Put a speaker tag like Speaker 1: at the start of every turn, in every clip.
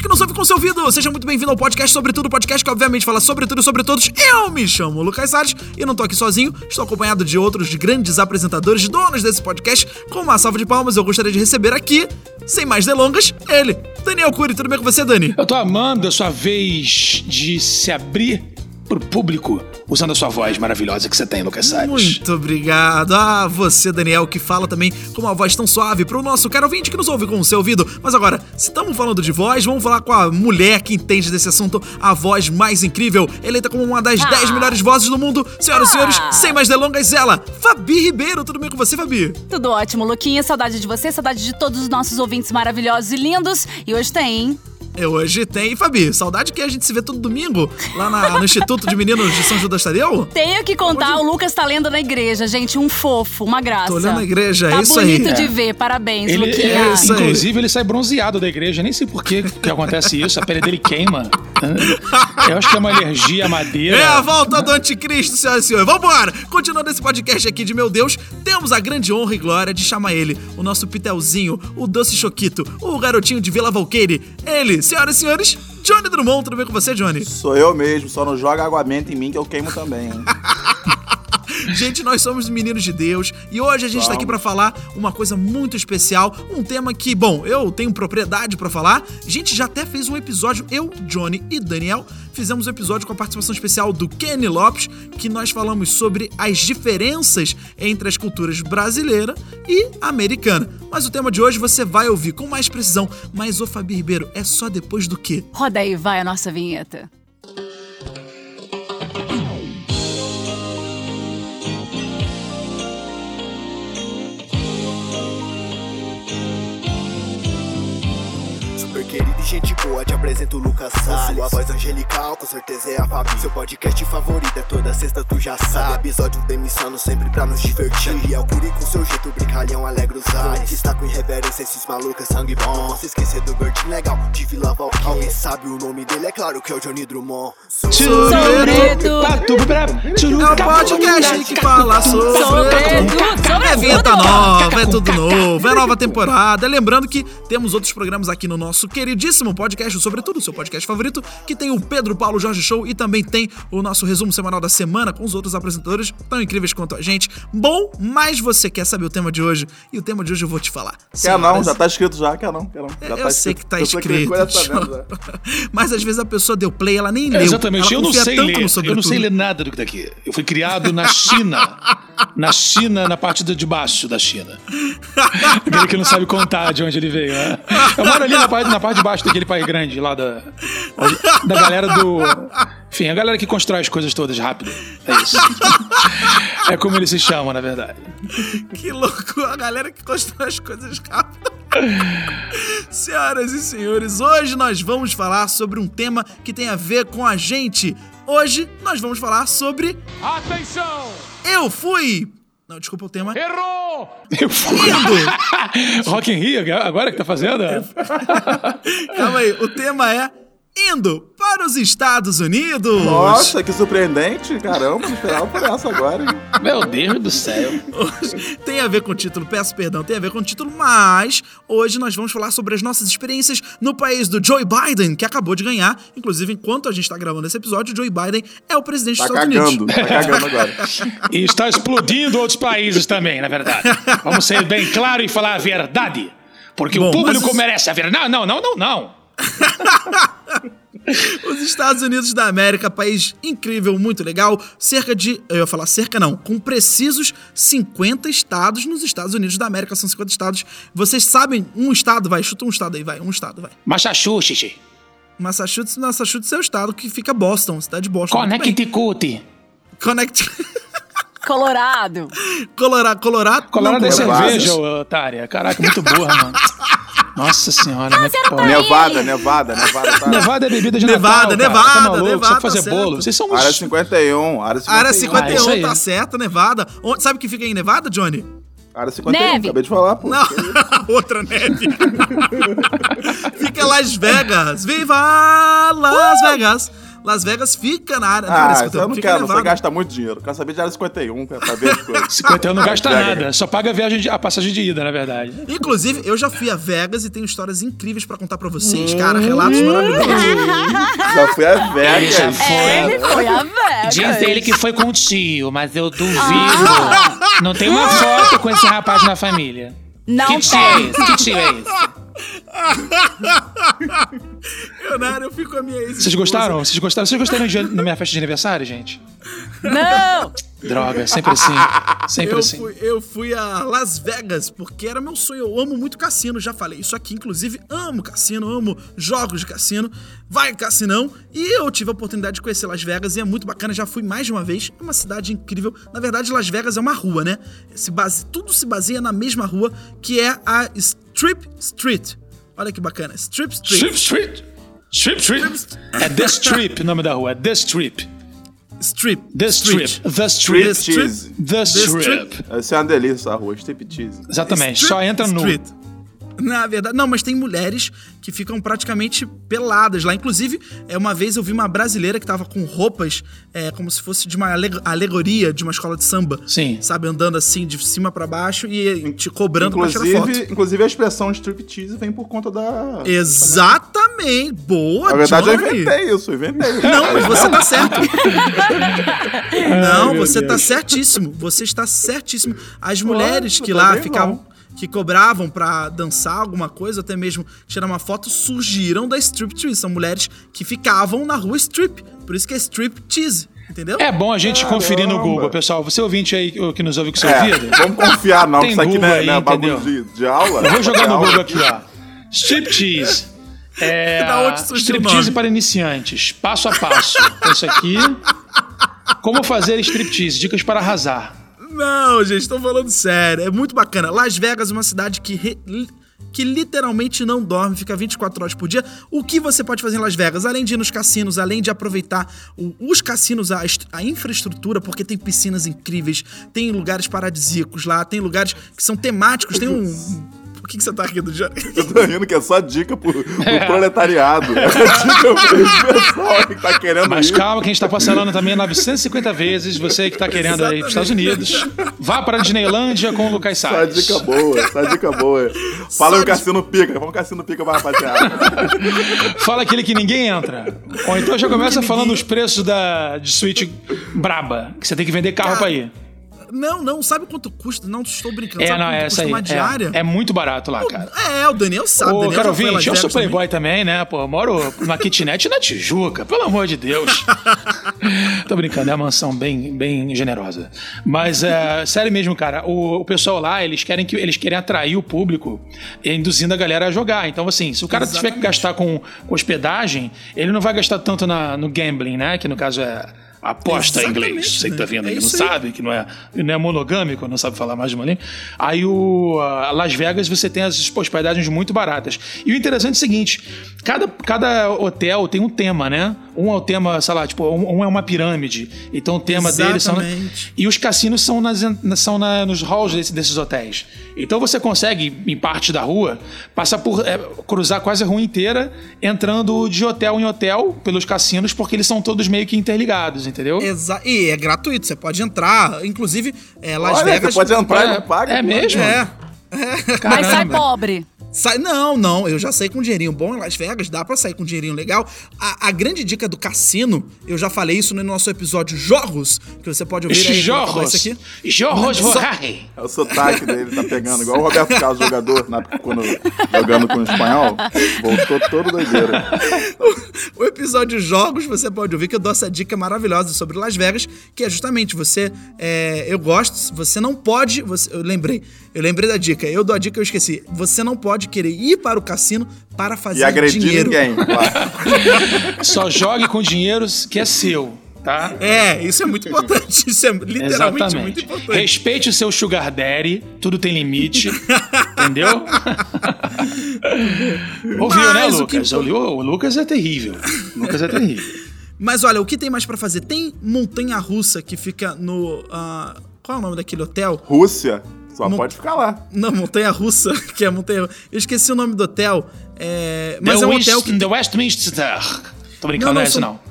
Speaker 1: que não soube com seu ouvido. Seja muito bem-vindo ao podcast sobre tudo, podcast que obviamente fala sobre tudo e sobre todos. Eu me chamo Lucas Salles e não tô aqui sozinho, estou acompanhado de outros grandes apresentadores, donos desse podcast. Com uma salva de palmas, eu gostaria de receber aqui, sem mais delongas, ele, Daniel Cury. Tudo bem com você, Dani?
Speaker 2: Eu tô amando a sua vez de se abrir pro público usando a sua voz maravilhosa que você tem, Lucas Salles.
Speaker 1: Muito obrigado. Ah, você, Daniel, que fala também com uma voz tão suave pro nosso caro ouvinte que nos ouve com o seu ouvido. Mas agora, se estamos falando de voz, vamos falar com a mulher que entende desse assunto, a voz mais incrível, eleita como uma das
Speaker 3: Ah.
Speaker 1: 10 melhores vozes do mundo. Senhoras e senhores,
Speaker 3: Ah.
Speaker 1: sem mais delongas, ela, Fabi Ribeiro. Tudo bem com você, Fabi?
Speaker 3: Tudo ótimo, Luquinha. Saudade de você, saudade de todos os nossos ouvintes maravilhosos e lindos. E hoje tem.
Speaker 1: É, Hoje tem, Fabi, saudade que a gente se vê todo domingo lá na- no Instituto de Meninos de São Judas Tadeu?
Speaker 3: Tenho que contar, o Lucas tá lendo na igreja, gente. Um fofo, uma graça.
Speaker 1: Tô olhando a igreja,
Speaker 3: Tá
Speaker 1: é isso aí.
Speaker 3: bonito de ver, parabéns,
Speaker 2: Ele,
Speaker 3: Luquinha.
Speaker 2: é,
Speaker 1: isso aí.
Speaker 2: inclusive, ele sai bronzeado da igreja. Nem sei por que que acontece isso. A pele dele queima. Eu acho que é uma alergia à madeira.
Speaker 1: É a volta do anticristo, senhoras e senhores. Vambora! Continuando esse podcast aqui de Meu Deus, temos a grande honra e glória de chamar ele, o nosso Pitelzinho, o Doce Choquito, o garotinho de Vila Valqueire. Ele, senhoras e senhores, Johnny Drummond. Tudo bem com você, Johnny?
Speaker 4: Sou eu mesmo, só não joga água menta em mim que eu queimo também. hein?
Speaker 1: Gente, nós somos meninos de Deus e hoje a gente tá aqui pra falar uma coisa muito especial, um tema que, bom, eu tenho propriedade pra falar. A gente já até fez um episódio, eu, Johnny e Daniel, fizemos um episódio com a participação especial do Kenny Lopes, que nós falamos sobre as diferenças entre as culturas brasileira e americana. Mas o tema de hoje você vai ouvir com mais precisão. Mas, ô Fabi Ribeiro, é só depois do quê?
Speaker 3: Roda aí, vai a nossa vinheta.
Speaker 5: Super querido e gente boa, te apresento o Lucas Salles Sua é voz angelical, com certeza é a Fabi Seu podcast favorito é toda sexta, tu já sabe Episódio demissando sempre pra nos divertir E é o Curi com seu jeito, brincalhão, alegre os ares Está com irreverência, esses malucos, sangue bom Não posso esquecer do Bert Legal, de Vila Valkyrie Alguém sabe o nome dele, é claro que é o Johnny Drummond Sou
Speaker 3: Sobretudo.
Speaker 1: né? É o podcast que fala sobre,
Speaker 3: Sobre tudo, sobre
Speaker 1: É vinheta
Speaker 3: tudo.
Speaker 1: nova, é tudo novo, é nova temporada. Lembrando que temos outros programas aqui no nosso queridíssimo podcast, sobretudo o seu podcast favorito, que tem o Pedro Paulo Jorge Show e também tem o nosso resumo semanal da semana com os outros apresentadores tão incríveis quanto a gente. Bom, mas você quer saber o tema de hoje? E o tema de hoje eu vou te falar.
Speaker 4: Quer não,
Speaker 1: Senhoras
Speaker 4: já tá escrito já, quer não, quer não. Já
Speaker 1: eu
Speaker 4: tá
Speaker 1: sei que tá
Speaker 4: Eu sou aquele
Speaker 1: escrito.
Speaker 4: coisa sabendo, né?
Speaker 1: Mas às vezes a pessoa deu play, ela nem leu.
Speaker 2: É, exatamente.
Speaker 1: Ela
Speaker 2: Eu não
Speaker 1: confia
Speaker 2: sei
Speaker 1: tanto
Speaker 2: ler.
Speaker 1: no
Speaker 2: Eu não
Speaker 1: sobretudo.
Speaker 2: sei ler nada do que daqui. Eu fui criado na China. na China, na parte de baixo da China. Aquele que não sabe contar de onde ele veio, né? Eu moro ali na parte, na parte de baixo daquele país grande, lá da. onde- Da galera do. Enfim, a galera que constrói as coisas todas rápido. É isso. É como eles se chamam, na verdade.
Speaker 1: Que louco, a galera que constrói as coisas rápido. Senhoras e senhores, hoje nós vamos falar sobre um tema que tem a ver com a gente. Hoje nós vamos falar sobre
Speaker 6: Atenção!
Speaker 1: Eu Fui! Não, desculpa o tema.
Speaker 6: Errou!
Speaker 2: Eu fui. Rock in Rio, agora que tá fazendo?
Speaker 1: Calma aí, o tema é Indo para os Estados Unidos!
Speaker 4: Nossa, que surpreendente, caramba, não esperava por essa agora, hein?
Speaker 2: Meu Deus do céu.
Speaker 1: Hoje tem a ver com o título, peço perdão, tem a ver com o título, mas hoje nós vamos falar sobre as nossas experiências no país do Joe Biden, que acabou de ganhar. Inclusive, enquanto a gente está gravando esse episódio, o Joe Biden é o presidente
Speaker 4: Tá
Speaker 1: dos Estados
Speaker 4: cagando,
Speaker 1: Unidos.
Speaker 4: tá cagando agora.
Speaker 2: E está explodindo outros países também, na verdade. Vamos ser bem claro e falar a verdade. Porque
Speaker 1: Bom,
Speaker 2: o público
Speaker 1: mas-
Speaker 2: merece a verdade. Não, não, não, não, não.
Speaker 1: Os Estados Unidos da América, país incrível, muito legal. Cerca de. Eu ia falar cerca, não. Com precisos 50 estados nos Estados Unidos da América. São 50 estados. Vocês sabem um estado, vai. Chuta um estado aí, vai. Um estado, vai.
Speaker 2: Massachusetts,
Speaker 1: Massachusetts, Massachusetts é o estado que fica Boston, cidade de Boston. Muito bem.
Speaker 2: Connecticut.
Speaker 1: Connect.
Speaker 3: Colorado.
Speaker 1: Colorado, Colorado.
Speaker 2: Colorado é
Speaker 1: não,
Speaker 2: cerveja,
Speaker 4: Nevada.
Speaker 2: ô, otária. Caraca, muito burra, mano. Nossa senhora, não é possível.
Speaker 4: Nevada, Nevada, Nevada, tá?
Speaker 2: Nevada é bebida de
Speaker 1: Nevada,
Speaker 2: Natal, cara.
Speaker 1: Nevada,
Speaker 2: tá maluco?
Speaker 1: Nevada,
Speaker 2: Sabe
Speaker 1: tá
Speaker 2: fazer
Speaker 1: certo.
Speaker 2: bolo. Vocês são
Speaker 4: Área
Speaker 2: uns...
Speaker 4: 51, área 51.
Speaker 1: Área
Speaker 2: Ah, isso
Speaker 1: 51,
Speaker 2: aí.
Speaker 1: tá certo, Nevada. Onde- sabe o que fica em Nevada, Johnny?
Speaker 4: Área 51,
Speaker 3: Neve.
Speaker 4: acabei de falar, pô.
Speaker 1: Não, outra neve. Fica Las Uh! Vegas. Viva Las Vegas. Las Vegas fica na área.
Speaker 4: Ah,
Speaker 1: área um,
Speaker 4: isso eu não
Speaker 1: fica
Speaker 4: quero, você
Speaker 1: elevado.
Speaker 4: gasta muito dinheiro. Quero saber de área 51 pra saber as coisas.
Speaker 2: 51 não gasta
Speaker 4: Pega.
Speaker 2: nada, só paga a, viagem de- a passagem de ida, na verdade.
Speaker 1: Inclusive, eu já fui a Vegas e tenho histórias incríveis pra contar pra vocês, cara. Relatos
Speaker 2: Hum.
Speaker 1: maravilhosos.
Speaker 4: Já fui a Vegas.
Speaker 1: É,
Speaker 2: Ele já foi.
Speaker 3: Ele foi a Vegas.
Speaker 2: Diz ele que foi com o tio, mas eu duvido. Não tem uma foto com esse rapaz na família.
Speaker 3: Não tá.
Speaker 2: que tio é
Speaker 3: tem.
Speaker 2: esse? Que tio é esse?
Speaker 1: Leonardo, eu fico com a minha ex.
Speaker 2: Vocês gostaram? Vocês gostaram? Vocês gostaram de, na minha festa de aniversário, gente?
Speaker 3: Não!
Speaker 2: Droga, sempre assim. Sempre
Speaker 1: Eu
Speaker 2: assim.
Speaker 1: fui, eu fui a Las Vegas porque era meu sonho. Eu amo muito cassino, já falei isso aqui. Inclusive, amo cassino, amo jogos de cassino. Vai, cassinão! E eu tive a oportunidade de conhecer Las Vegas e é muito bacana. Já fui mais de uma vez. É uma cidade incrível. Na verdade, Las Vegas é uma rua, né? Se base, tudo se baseia na mesma rua que é a Strip Street. Olha que bacana, Strip Street.
Speaker 2: Strip Street. Strip Street. É The Strip o nome da rua. É The Strip.
Speaker 1: Strip.
Speaker 2: The Strip. The
Speaker 4: Strip
Speaker 2: Strip.
Speaker 4: Cheese.
Speaker 2: The Strip.
Speaker 1: Strip.
Speaker 4: Isso é uma delícia, essa rua. Strip Cheese.
Speaker 2: Exatamente.
Speaker 1: Strip
Speaker 2: Só entra nu.
Speaker 1: Street. Na verdade, não, mas tem mulheres que ficam praticamente peladas lá. Inclusive, é, uma vez eu vi uma brasileira que tava com roupas é, como se fosse de uma ale- alegoria de uma escola de samba.
Speaker 2: Sim.
Speaker 1: Sabe, andando assim de cima pra baixo e te cobrando pra tirar foto.
Speaker 4: Inclusive, inclusive a expressão strip cheese vem por conta da.
Speaker 1: Exatamente! Boa,
Speaker 4: Na verdade, eu
Speaker 1: Johnny.
Speaker 4: inventei isso, eu inventei.
Speaker 1: Não, mas você tá certo.
Speaker 2: Ai,
Speaker 1: Não,
Speaker 2: meu
Speaker 1: você tá
Speaker 2: Deus.
Speaker 1: certíssimo. Você está certíssimo. As
Speaker 4: Claro,
Speaker 1: mulheres
Speaker 4: você
Speaker 1: que
Speaker 4: tá
Speaker 1: lá
Speaker 4: bem
Speaker 1: ficavam.
Speaker 4: bom.
Speaker 1: Que cobravam pra dançar alguma coisa, até mesmo tirar uma foto, surgiram da strip cheese. São mulheres que ficavam na rua strip. Por isso que é strip cheese, entendeu?
Speaker 2: É bom a gente conferir no
Speaker 4: Caramba.
Speaker 2: Google, pessoal. Você ouvinte aí que que nos ouve com seu ouvido.
Speaker 4: É, vamos confiar, não,
Speaker 2: Tem
Speaker 4: que isso aqui não
Speaker 2: Google
Speaker 4: é, não é
Speaker 2: aí,
Speaker 4: bagulho de,
Speaker 2: entendeu?
Speaker 4: de aula.
Speaker 2: Eu vou jogar
Speaker 4: É
Speaker 2: no
Speaker 4: aula.
Speaker 2: Google aqui, ó. Striptease. É,
Speaker 1: Da onde surgiu o
Speaker 2: striptease
Speaker 1: nome?
Speaker 2: para iniciantes, passo a passo. Então, Isso aqui. Como fazer striptease, dicas para arrasar.
Speaker 1: Não, gente, tô falando sério. É muito bacana. Las Vegas é uma cidade que, re- li- que literalmente não dorme, fica 24 horas por dia. O que você pode fazer em Las Vegas? Além de ir nos cassinos, além de aproveitar o- os cassinos, a, est- a infraestrutura, porque tem piscinas incríveis, tem lugares paradisíacos lá, tem lugares que são temáticos, tem um. Por que, que você tá rindo, Johnny?
Speaker 4: Eu tô rindo que é só dica pro, pro proletariado. É dica pro pessoal que tá querendo
Speaker 2: Mas
Speaker 1: Uhum.
Speaker 4: ir.
Speaker 2: calma, que a gente tá parcelando também 950 vezes. Você que tá querendo aí pros Estados Unidos. Vá para a Disneylândia com o Lucas
Speaker 4: Essa é
Speaker 2: Salles.
Speaker 4: dica boa, essa é dica boa. Fala
Speaker 1: Só
Speaker 4: o Cassino Pica, vamos Cassino Pica pra rapaziada.
Speaker 2: Fala aquele que ninguém entra. Ou então já começa falando os preços da, de suíte braba, que você tem que vender carro pra ir.
Speaker 1: Não, não, sabe quanto custa? Não, estou brincando.
Speaker 2: É,
Speaker 1: sabe
Speaker 2: não,
Speaker 1: quanto
Speaker 2: é
Speaker 1: custa
Speaker 2: essa aí.
Speaker 1: uma diária?
Speaker 2: É, é muito barato lá, cara.
Speaker 1: É, o Daniel sabe.
Speaker 2: Ô,
Speaker 1: Daniel
Speaker 2: cara
Speaker 1: já foi a Las
Speaker 2: ouvinte, eu sou
Speaker 1: Vegas também.
Speaker 2: playboy um também, né? Pô, eu moro na kitnet na Tijuca, pelo amor de Deus. Tô brincando, é uma mansão bem, bem generosa. Mas, é, sério mesmo, cara, o, o pessoal lá, eles querem, que, eles querem atrair o público, induzindo a galera a jogar. Então, assim, se o cara tiver que gastar com, com hospedagem, ele não vai gastar tanto na- no gambling, né? Que no caso é aposta em inglês.
Speaker 1: Exatamente,
Speaker 2: Você que tá
Speaker 1: né?
Speaker 2: vendo
Speaker 1: É
Speaker 2: aí não
Speaker 1: isso aí.
Speaker 2: sabe sabe, que não é, não é monogâmico, não sabe falar mais de uma língua. Aí o a Las Vegas você tem as hospedagens muito baratas. E o interessante é o seguinte: cada, cada hotel tem um tema, né? Um é o tema, sei lá, tipo, um, um é uma pirâmide. Então o tema deles são.
Speaker 1: Exatamente.
Speaker 2: E os cassinos são, nas, en- são na- nos halls desse- desses hotéis. Então você consegue, em parte da rua, passar por. é, cruzar quase a rua inteira, entrando de hotel em hotel pelos cassinos, porque eles são todos meio que interligados, entendeu?
Speaker 1: Exa e é gratuito, você pode entrar. Inclusive, é, Las
Speaker 4: Olha,
Speaker 1: Vegas.
Speaker 4: você pode entrar e
Speaker 2: É,
Speaker 4: não paga.
Speaker 2: é
Speaker 4: pô.
Speaker 2: mesmo?
Speaker 1: É.
Speaker 3: Mas sai
Speaker 2: Caramba.
Speaker 3: pobre.
Speaker 1: Sai, não, não, eu já saí com um dinheirinho bom em Las Vegas, dá pra sair com um dinheirinho legal. A, a grande dica do cassino, eu já falei isso no nosso episódio Jorros, que você pode ouvir aí. quando acabar
Speaker 2: Jorros.
Speaker 1: isso aqui.
Speaker 2: Jorros
Speaker 1: Só-
Speaker 2: Vorrari.
Speaker 4: É o sotaque dele, tá pegando. Igual o Roberto Carlos, jogador, na, quando jogando com o espanhol, voltou todo doideira.
Speaker 1: O episódio Jogos você pode ouvir que eu dou essa dica maravilhosa sobre Las Vegas, que é justamente você. é, eu gosto, você não pode. você- eu lembrei, eu lembrei da dica, eu dou a dica eu esqueci. Você não pode querer ir para o cassino para fazer
Speaker 4: E agredir
Speaker 1: dinheiro.
Speaker 4: ninguém. Claro.
Speaker 2: Só jogue com dinheiro que é seu, tá?
Speaker 1: É, isso é muito importante. Isso é literalmente muito
Speaker 2: Exatamente.
Speaker 1: importante.
Speaker 2: Respeite o seu sugar daddy, tudo tem limite, entendeu? Ouviu, né,
Speaker 1: Mas o que
Speaker 2: Lucas?
Speaker 1: importa-
Speaker 2: Ouviu? O Lucas é terrível. O Lucas é terrível.
Speaker 1: Mas olha, o que tem mais pra fazer? Tem Montanha Russa que fica no. ah, qual é o nome daquele hotel?
Speaker 4: Rússia, só
Speaker 1: Não-
Speaker 4: pode ficar lá.
Speaker 1: Na Montanha Russa, que é Montanha. Eu esqueci o nome do hotel. é, Mas
Speaker 2: the
Speaker 1: é um
Speaker 2: West-
Speaker 1: hotel que.
Speaker 2: The Westminster. Tô brincando, não, é isso
Speaker 1: são-
Speaker 2: não.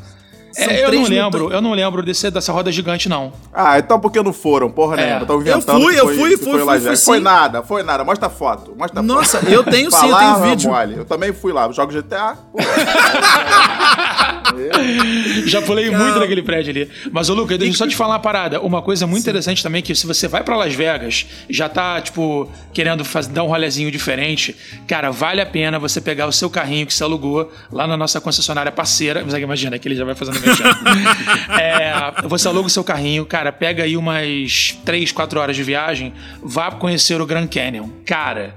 Speaker 1: São
Speaker 2: É, eu não
Speaker 1: três
Speaker 2: lembro,
Speaker 1: montan-
Speaker 2: eu não lembro desse, dessa roda gigante, não.
Speaker 4: Ah, então por que não foram? Porra
Speaker 2: É.
Speaker 4: nenhuma. Tão
Speaker 2: Eu
Speaker 4: inventando.
Speaker 1: fui,
Speaker 4: que
Speaker 1: eu
Speaker 4: foi-
Speaker 1: fui,
Speaker 4: que
Speaker 1: fui,
Speaker 4: foi, lá
Speaker 1: fui, fui
Speaker 4: já. Foi
Speaker 1: sim.
Speaker 4: nada, foi nada. Mostra a foto. Mostra a
Speaker 1: Nossa,
Speaker 4: foto.
Speaker 1: eu tenho sim, eu
Speaker 4: Falar
Speaker 1: tenho
Speaker 4: é
Speaker 1: vídeo.
Speaker 4: mole. Eu também fui lá. Jogo GTA. Pô,
Speaker 2: Já pulei muito naquele prédio ali. Mas, ô Lucas, deixa eu só te falar uma parada. Uma coisa muito interessante também, é que se você vai pra Las Vegas, já tá, tipo, querendo faz- dar um rolezinho diferente, cara, vale a pena você pegar o seu carrinho que você alugou lá na nossa concessionária parceira. Mas aí imagina que ele já vai fazendo merchan. é, Você aluga o seu carrinho, cara, pega aí umas 3, 4 horas de viagem, vá conhecer o Grand Canyon. Cara,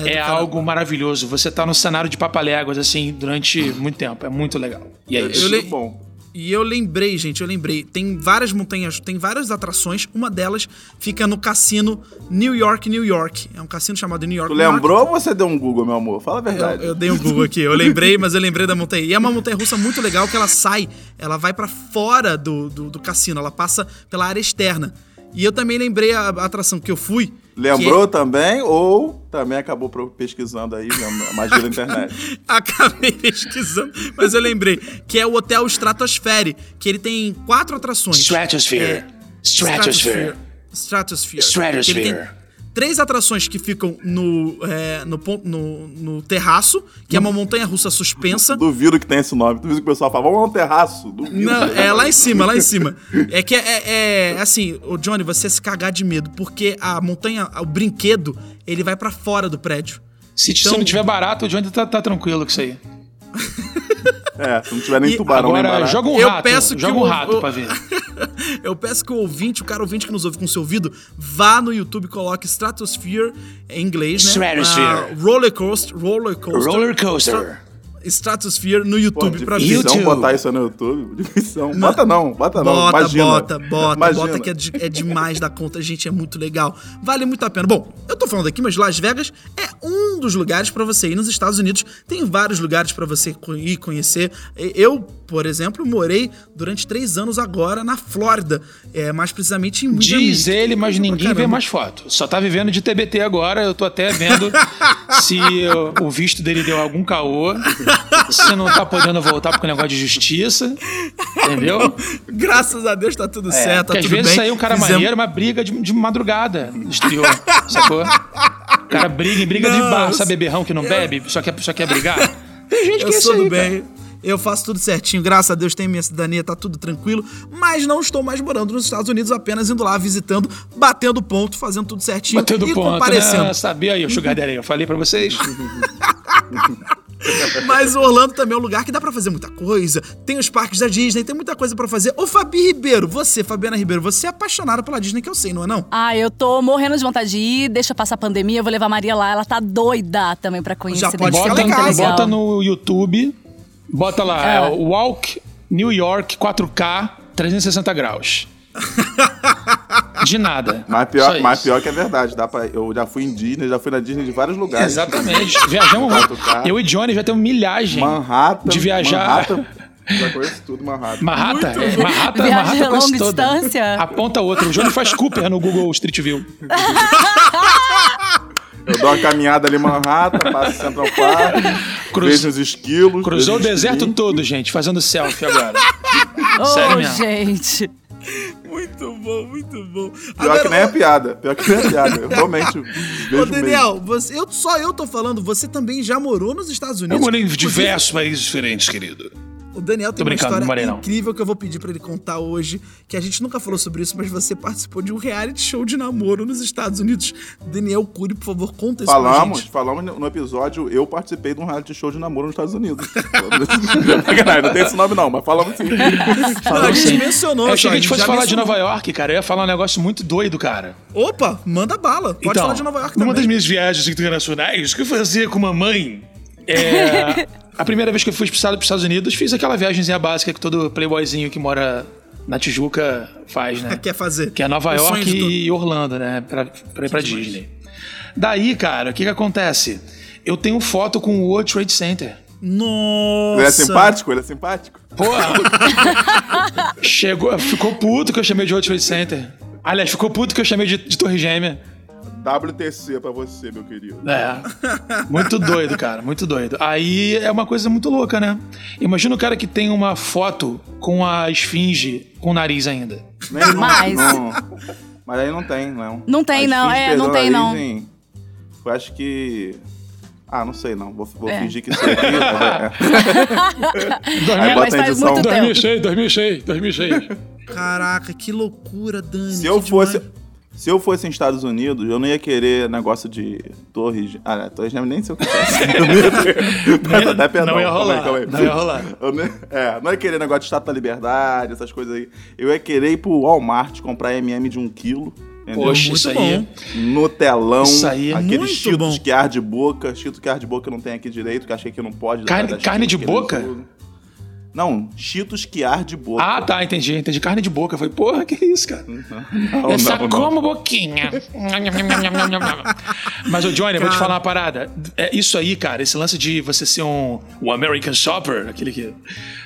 Speaker 1: do
Speaker 2: é,
Speaker 1: caramba.
Speaker 2: algo maravilhoso. Você tá no cenário de papaléguas, assim, durante muito tempo. É muito legal. E é isso.
Speaker 1: Eu
Speaker 4: isso
Speaker 1: le-
Speaker 4: é bom.
Speaker 1: E eu lembrei, gente, eu lembrei. Tem várias montanhas, tem várias atrações. Uma delas fica no cassino New York, New York. É um cassino chamado New York.
Speaker 4: Tu
Speaker 1: New York.
Speaker 4: lembrou ou você deu um Google, meu amor? Fala a
Speaker 1: Eu,
Speaker 4: verdade.
Speaker 1: eu dei um Google aqui, eu lembrei, mas eu lembrei da montanha. E é uma montanha russa muito legal que ela sai, ela vai pra fora do, do, do cassino, ela passa pela área externa. E eu também lembrei a, a atração que é- eu fui.
Speaker 4: Lembrou também ou também acabou pro- pesquisando aí né, a magia da internet?
Speaker 1: que- acabei pesquisando, mas eu lembrei. Que é o Hotel Stratosphere, que ele tem quatro atrações. É.
Speaker 2: Stratosphere. Stratosphere.
Speaker 1: Stratosphere.
Speaker 2: Stratosphere.
Speaker 1: Ele tem três atrações que ficam no, é, no, pon- no, no terraço, que é uma montanha russa suspensa.
Speaker 4: Duvido que tem esse nome. Duvido que o pessoal fala, vamos lá no terraço. Duvido.
Speaker 1: Não, é lá em cima, lá em cima. É que é, é- é assim, o Johnny, você se cagar de medo, porque a montanha, o brinquedo, ele vai pra fora do prédio.
Speaker 2: Se, se
Speaker 1: Então-
Speaker 2: não tiver barato, o Johnny tá, tá tranquilo com isso aí.
Speaker 4: É, se não tiver nem
Speaker 1: E
Speaker 4: tubarão nem
Speaker 2: Agora,
Speaker 4: barato.
Speaker 2: joga um
Speaker 1: Eu
Speaker 2: rato.
Speaker 1: peço que
Speaker 2: joga um
Speaker 1: o-
Speaker 2: rato
Speaker 1: o-
Speaker 2: pra ver.
Speaker 1: Eu peço que o ouvinte, o cara ouvinte que nos ouve com seu ouvido, vá no YouTube, coloque Stratosphere em inglês, né?
Speaker 2: Stratosphere.
Speaker 1: Ah, roller coaster, roller coaster.
Speaker 2: Roller coaster.
Speaker 1: Stra- Stratosphere no YouTube pra ver.
Speaker 4: Difícil
Speaker 2: YouTube.
Speaker 4: botar isso no YouTube. Difícil. Bota não, bota não.
Speaker 1: Bota,
Speaker 4: Imagina.
Speaker 1: bota, bota,
Speaker 4: Imagina.
Speaker 1: bota, que é, de- é demais da conta, gente, é muito legal. Vale muito a pena. Bom, eu tô falando aqui, mas Las Vegas é um dos lugares pra você ir nos Estados Unidos. Tem vários lugares pra você co- ir conhecer. E- Eu, por exemplo, morei durante três anos agora na Flórida, é, mais precisamente em Miami.
Speaker 2: Diz ele, mas ninguém vê
Speaker 1: caramba.
Speaker 2: mais foto. Só tá vivendo de TBT agora. Eu tô até vendo se o- o visto dele deu algum caô. Se não tá podendo voltar porque é negócio de justiça. Entendeu?
Speaker 1: Graças a Deus tá tudo
Speaker 2: É,
Speaker 1: certo, tá
Speaker 2: porque às
Speaker 1: tudo
Speaker 2: vezes
Speaker 1: bem.
Speaker 2: saiu um cara
Speaker 1: Fizemos-
Speaker 2: maneiro, mas briga de, de madrugada no exterior, sacou? O cara briga e briga de
Speaker 1: Não, eu
Speaker 2: bar,
Speaker 1: sou-
Speaker 2: sabe, beberrão que não bebe, só quer, só quer brigar. Tem gente
Speaker 1: Eu
Speaker 2: que é isso
Speaker 1: sou do
Speaker 2: aí, cara.
Speaker 1: bem. Eu faço tudo certinho, graças a Deus tenho minha cidadania, tá tudo tranquilo, mas não estou mais morando nos Estados Unidos, apenas indo lá, visitando, batendo ponto, fazendo tudo certinho
Speaker 2: Batendo
Speaker 1: e
Speaker 2: ponto,
Speaker 1: comparecendo.
Speaker 2: né? Sabia aí, o Sugar Daddy, eu falei pra vocês.
Speaker 1: Mas Orlando também é um lugar que dá pra fazer muita coisa. Tem os parques da Disney, tem muita coisa pra fazer. Ô Fabi Ribeiro, você, Fabiana Ribeiro, você é apaixonada pela Disney que eu sei, não é não?
Speaker 3: Ah, eu tô morrendo de vontade de ir. Deixa eu passar a pandemia, eu vou levar a Maria lá. Ela tá doida também pra conhecer.
Speaker 1: Já
Speaker 3: deve
Speaker 1: pode
Speaker 3: ser
Speaker 1: ficar lá
Speaker 2: Bota,
Speaker 1: em
Speaker 3: muito
Speaker 1: casa.
Speaker 3: legal.
Speaker 2: bota no YouTube, bota lá,
Speaker 3: É.
Speaker 2: é, Walk New York 4K 360 graus. De nada.
Speaker 4: Mas
Speaker 2: Só
Speaker 4: pior, mas
Speaker 2: isso.
Speaker 4: pior que é verdade. Dá pra, eu já fui em Disney, já fui na Disney de vários lugares.
Speaker 2: Exatamente. Viajamos muito.
Speaker 4: 4K.
Speaker 2: Eu e Johnny já temos milhagem
Speaker 4: Manhattan.
Speaker 2: de viajar.
Speaker 4: Manhattan. Já conheço tudo, Manhattan.
Speaker 2: Marrata? É, Marrata,
Speaker 3: Viagem
Speaker 2: Marrata
Speaker 3: a
Speaker 2: conhece
Speaker 3: longa
Speaker 2: toda.
Speaker 3: distância.
Speaker 2: Aponta outra. O Johnny faz Cooper no Google Street View.
Speaker 4: Eu dou uma caminhada ali em Manhattan, passo em Central Park,
Speaker 2: Cruz-
Speaker 4: vejo os esquilos.
Speaker 2: Cruzou o
Speaker 4: vejo os
Speaker 2: deserto
Speaker 4: esquilinhos.
Speaker 2: todo, gente, fazendo selfie agora.
Speaker 3: Oh,
Speaker 2: Sério mesmo.
Speaker 3: gente.
Speaker 1: Muito bom, muito bom.
Speaker 4: Pior que nem é piada. Pior que nem é piada. Eu realmente vejo
Speaker 1: Ô,
Speaker 4: mesmo.
Speaker 1: Daniel, você, eu, só eu tô falando, você também já morou nos Estados Unidos.
Speaker 2: Eu morei em
Speaker 1: Inclusive,
Speaker 2: diversos países diferentes, querido.
Speaker 1: O Daniel tem uma
Speaker 2: brincando,
Speaker 1: história
Speaker 2: não morei, não.
Speaker 1: incrível que eu vou pedir pra ele contar hoje, que a gente nunca falou sobre isso, mas você participou de um reality show de namoro nos Estados Unidos. Daniel Cury, por favor, conta isso
Speaker 4: Falamos,
Speaker 1: pra gente.
Speaker 4: falamos no episódio, eu participei de um reality show de namoro nos Estados Unidos. Sacanagem, não tem esse nome não, mas falamos sim.
Speaker 1: Não, a gente
Speaker 2: Sim.
Speaker 1: mencionou, só,
Speaker 2: Eu achei que a gente fosse
Speaker 1: já
Speaker 2: falar de
Speaker 1: mencionou.
Speaker 2: Nova York, cara. Eu ia falar um negócio muito doido, cara.
Speaker 1: Opa, manda bala. Pode
Speaker 2: Então,
Speaker 1: falar de Nova York
Speaker 2: Uma
Speaker 1: também.
Speaker 2: das minhas viagens internacionais que eu fazia com mamãe é. a primeira vez que eu fui para os Estados Unidos, fiz aquela viagemzinha básica que todo playboyzinho que mora na Tijuca faz, né?
Speaker 1: Quer fazer.
Speaker 2: Que é Nova
Speaker 1: O sonho
Speaker 2: York
Speaker 1: de todo.
Speaker 2: e Orlando, né? Pra, pra ir pra Disney. Daí, cara, o que que acontece? Eu tenho foto com o World Trade Center.
Speaker 1: Nossa.
Speaker 4: Ele é simpático? Ele é simpático?
Speaker 2: Porra! Chegou, ficou puto que eu chamei de World Trade Center. Aliás, ficou puto que eu chamei de, de Torre Gêmea.
Speaker 4: WTC pra você, meu querido.
Speaker 2: É. Muito doido, cara. Muito doido. Aí é uma coisa muito louca, né? Imagina o cara que tem uma foto com a esfinge com o nariz ainda.
Speaker 4: Nem- não-
Speaker 3: Mas-
Speaker 4: não- mas aí não tem, não.
Speaker 3: Não tem,
Speaker 4: Acho
Speaker 3: não.
Speaker 4: que
Speaker 3: É,
Speaker 4: perdeu
Speaker 3: não
Speaker 4: o
Speaker 3: tem,
Speaker 4: nariz
Speaker 3: não.
Speaker 4: em- Eu acho que... Ah, não sei, não. Vou, vou
Speaker 3: É.
Speaker 4: fingir que isso aqui... é. Aí
Speaker 3: É, mas
Speaker 4: bota a
Speaker 3: faz
Speaker 4: edição.
Speaker 3: muito tempo.
Speaker 2: 2006, 2006, 2006.
Speaker 1: Caraca, que loucura, Dani.
Speaker 4: Se
Speaker 1: que
Speaker 4: eu fosse...
Speaker 1: demais.
Speaker 4: Se eu fosse nos Estados Unidos, eu não ia querer negócio de torres. Ah, né, torres nem sei o que é. Eu não ia ter- Peço até perdão.
Speaker 2: Não ia
Speaker 4: Calma aí,
Speaker 2: rolar.
Speaker 4: calma aí.
Speaker 2: Não ia rolar.
Speaker 4: Eu não, é, não ia querer negócio de estátua da liberdade, essas coisas aí. Eu ia querer ir pro Walmart comprar MM de um quilo. Entendeu?
Speaker 2: Poxa,
Speaker 1: Muito
Speaker 2: isso aí. é
Speaker 1: bom.
Speaker 4: No telão.
Speaker 2: Isso aí é
Speaker 4: aquele
Speaker 1: muito bom.
Speaker 4: Cheetos que arde boca. Cheetos que arde boca não tem aqui direito, que achei que não pode. da-
Speaker 2: Carne-
Speaker 4: das
Speaker 2: carne de
Speaker 4: que eles
Speaker 2: boca?
Speaker 4: usam. Não, Cheetos que arde boca.
Speaker 2: Ah, tá, entendi, entendi. Carne de boca. Eu falei, porra, que isso, cara?
Speaker 4: Não,
Speaker 2: eu só
Speaker 4: não, não.
Speaker 2: é como boquinha. Mas, ô Johnny, eu vou te falar uma parada. É isso aí, cara, esse lance de você ser um o American Shopper, aquele que.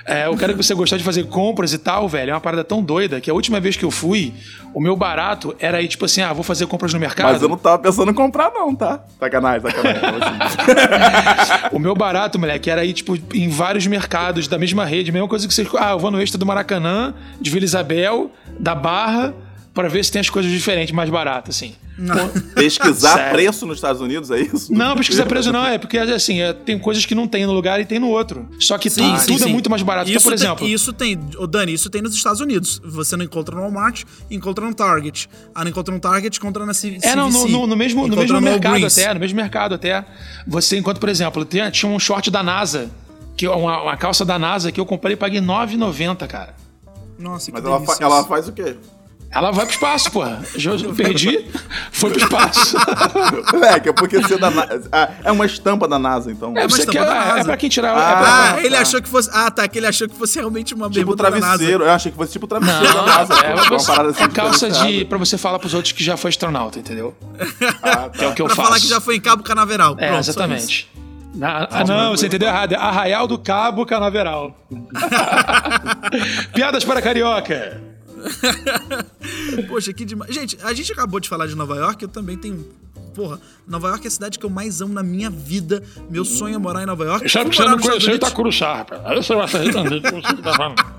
Speaker 2: É, eu quero que você gostar de fazer compras e tal, velho. É uma parada tão doida que a última vez que eu fui, o meu barato era aí, tipo assim, ah, vou fazer compras no mercado.
Speaker 4: Mas eu não tava pensando em comprar, não, tá? Sacanagem, sacanagem.
Speaker 2: O meu barato, moleque, era ir, tipo, em vários mercados da mesma rede, mesma coisa que vocês. Ah, eu vou no extra do Maracanã, de Vila Isabel, da Barra, pra ver se tem as coisas diferentes, mais barato, assim.
Speaker 4: Pesquisar
Speaker 2: Sério.
Speaker 4: preço nos Estados Unidos, é isso?
Speaker 2: Não, pesquisa preso não, é porque assim, é, tem coisas que não tem no lugar e tem no outro. Só que
Speaker 1: Sim,
Speaker 2: tudo,
Speaker 1: sim,
Speaker 2: tudo é
Speaker 1: sim.
Speaker 2: muito mais barato.
Speaker 1: Isso
Speaker 2: então, por
Speaker 1: tem-
Speaker 2: exemplo,
Speaker 1: isso tem, ô, Dani, isso tem nos Estados Unidos. Você não encontra no Walmart, encontra no Target. Ah, não encontra no Target, encontra na C
Speaker 2: É, não, no,
Speaker 1: CVC.
Speaker 2: no- no mesmo, no
Speaker 1: Encontra
Speaker 2: mesmo mercado
Speaker 1: Walgreens.
Speaker 2: até, no mesmo mercado até. Você enquanto, por exemplo, tinha, tinha um short da NASA, que eu- uma, uma calça da NASA que eu comprei e paguei R$ 9,90, cara.
Speaker 1: Nossa,
Speaker 4: Mas
Speaker 1: que
Speaker 4: ela, fa-
Speaker 1: delícia
Speaker 4: ela
Speaker 1: isso.
Speaker 4: faz o quê?
Speaker 2: Ela vai pro espaço, porra. Eu, eu perdi, foi pro espaço.
Speaker 4: Moleque, é porque você é da NASA. Ah, é uma estampa da NASA, então.
Speaker 2: É, pra
Speaker 1: mas
Speaker 2: você
Speaker 1: tá
Speaker 2: que-
Speaker 1: bom da
Speaker 2: é, é
Speaker 1: NASA.
Speaker 2: pra quem tirar.
Speaker 4: Ah,
Speaker 2: é
Speaker 1: Ah,
Speaker 4: tá.
Speaker 1: ele achou que fosse. Ah, tá. Que ele achou que fosse realmente uma
Speaker 4: tipo
Speaker 1: bermuda da NASA.
Speaker 4: travesseiro. Eu achei que fosse tipo
Speaker 1: tá
Speaker 4: travesseiro
Speaker 2: pra...
Speaker 4: da NASA.
Speaker 2: Não, é,
Speaker 4: pô, uma
Speaker 2: você-
Speaker 4: parada assim
Speaker 2: é calça de.
Speaker 4: diferenciada.
Speaker 2: pra você falar pros outros que já foi astronauta, entendeu?
Speaker 4: Ah,
Speaker 2: Que é o que eu
Speaker 1: Pra
Speaker 2: faço.
Speaker 1: falar que já foi em Cabo Canaveral.
Speaker 2: É,
Speaker 1: Pronto, só isso.
Speaker 2: exatamente. Na- ah, não, você entendeu errado. É Arraial do Cabo Canaveral. Piadas para carioca.
Speaker 1: Poxa, que demais. Gente, a gente acabou de falar de Nova York, eu também tenho. Porra, Nova York é a cidade que eu mais amo na minha vida. Meu sonho é morar em Nova York.
Speaker 2: Sabe
Speaker 1: Fui
Speaker 2: que você
Speaker 1: morar
Speaker 2: não
Speaker 1: nos Estados
Speaker 2: conheceu
Speaker 1: Unidos.
Speaker 2: Itacuruçá, rapaz. Aí você vai ser entendido que você tá falando.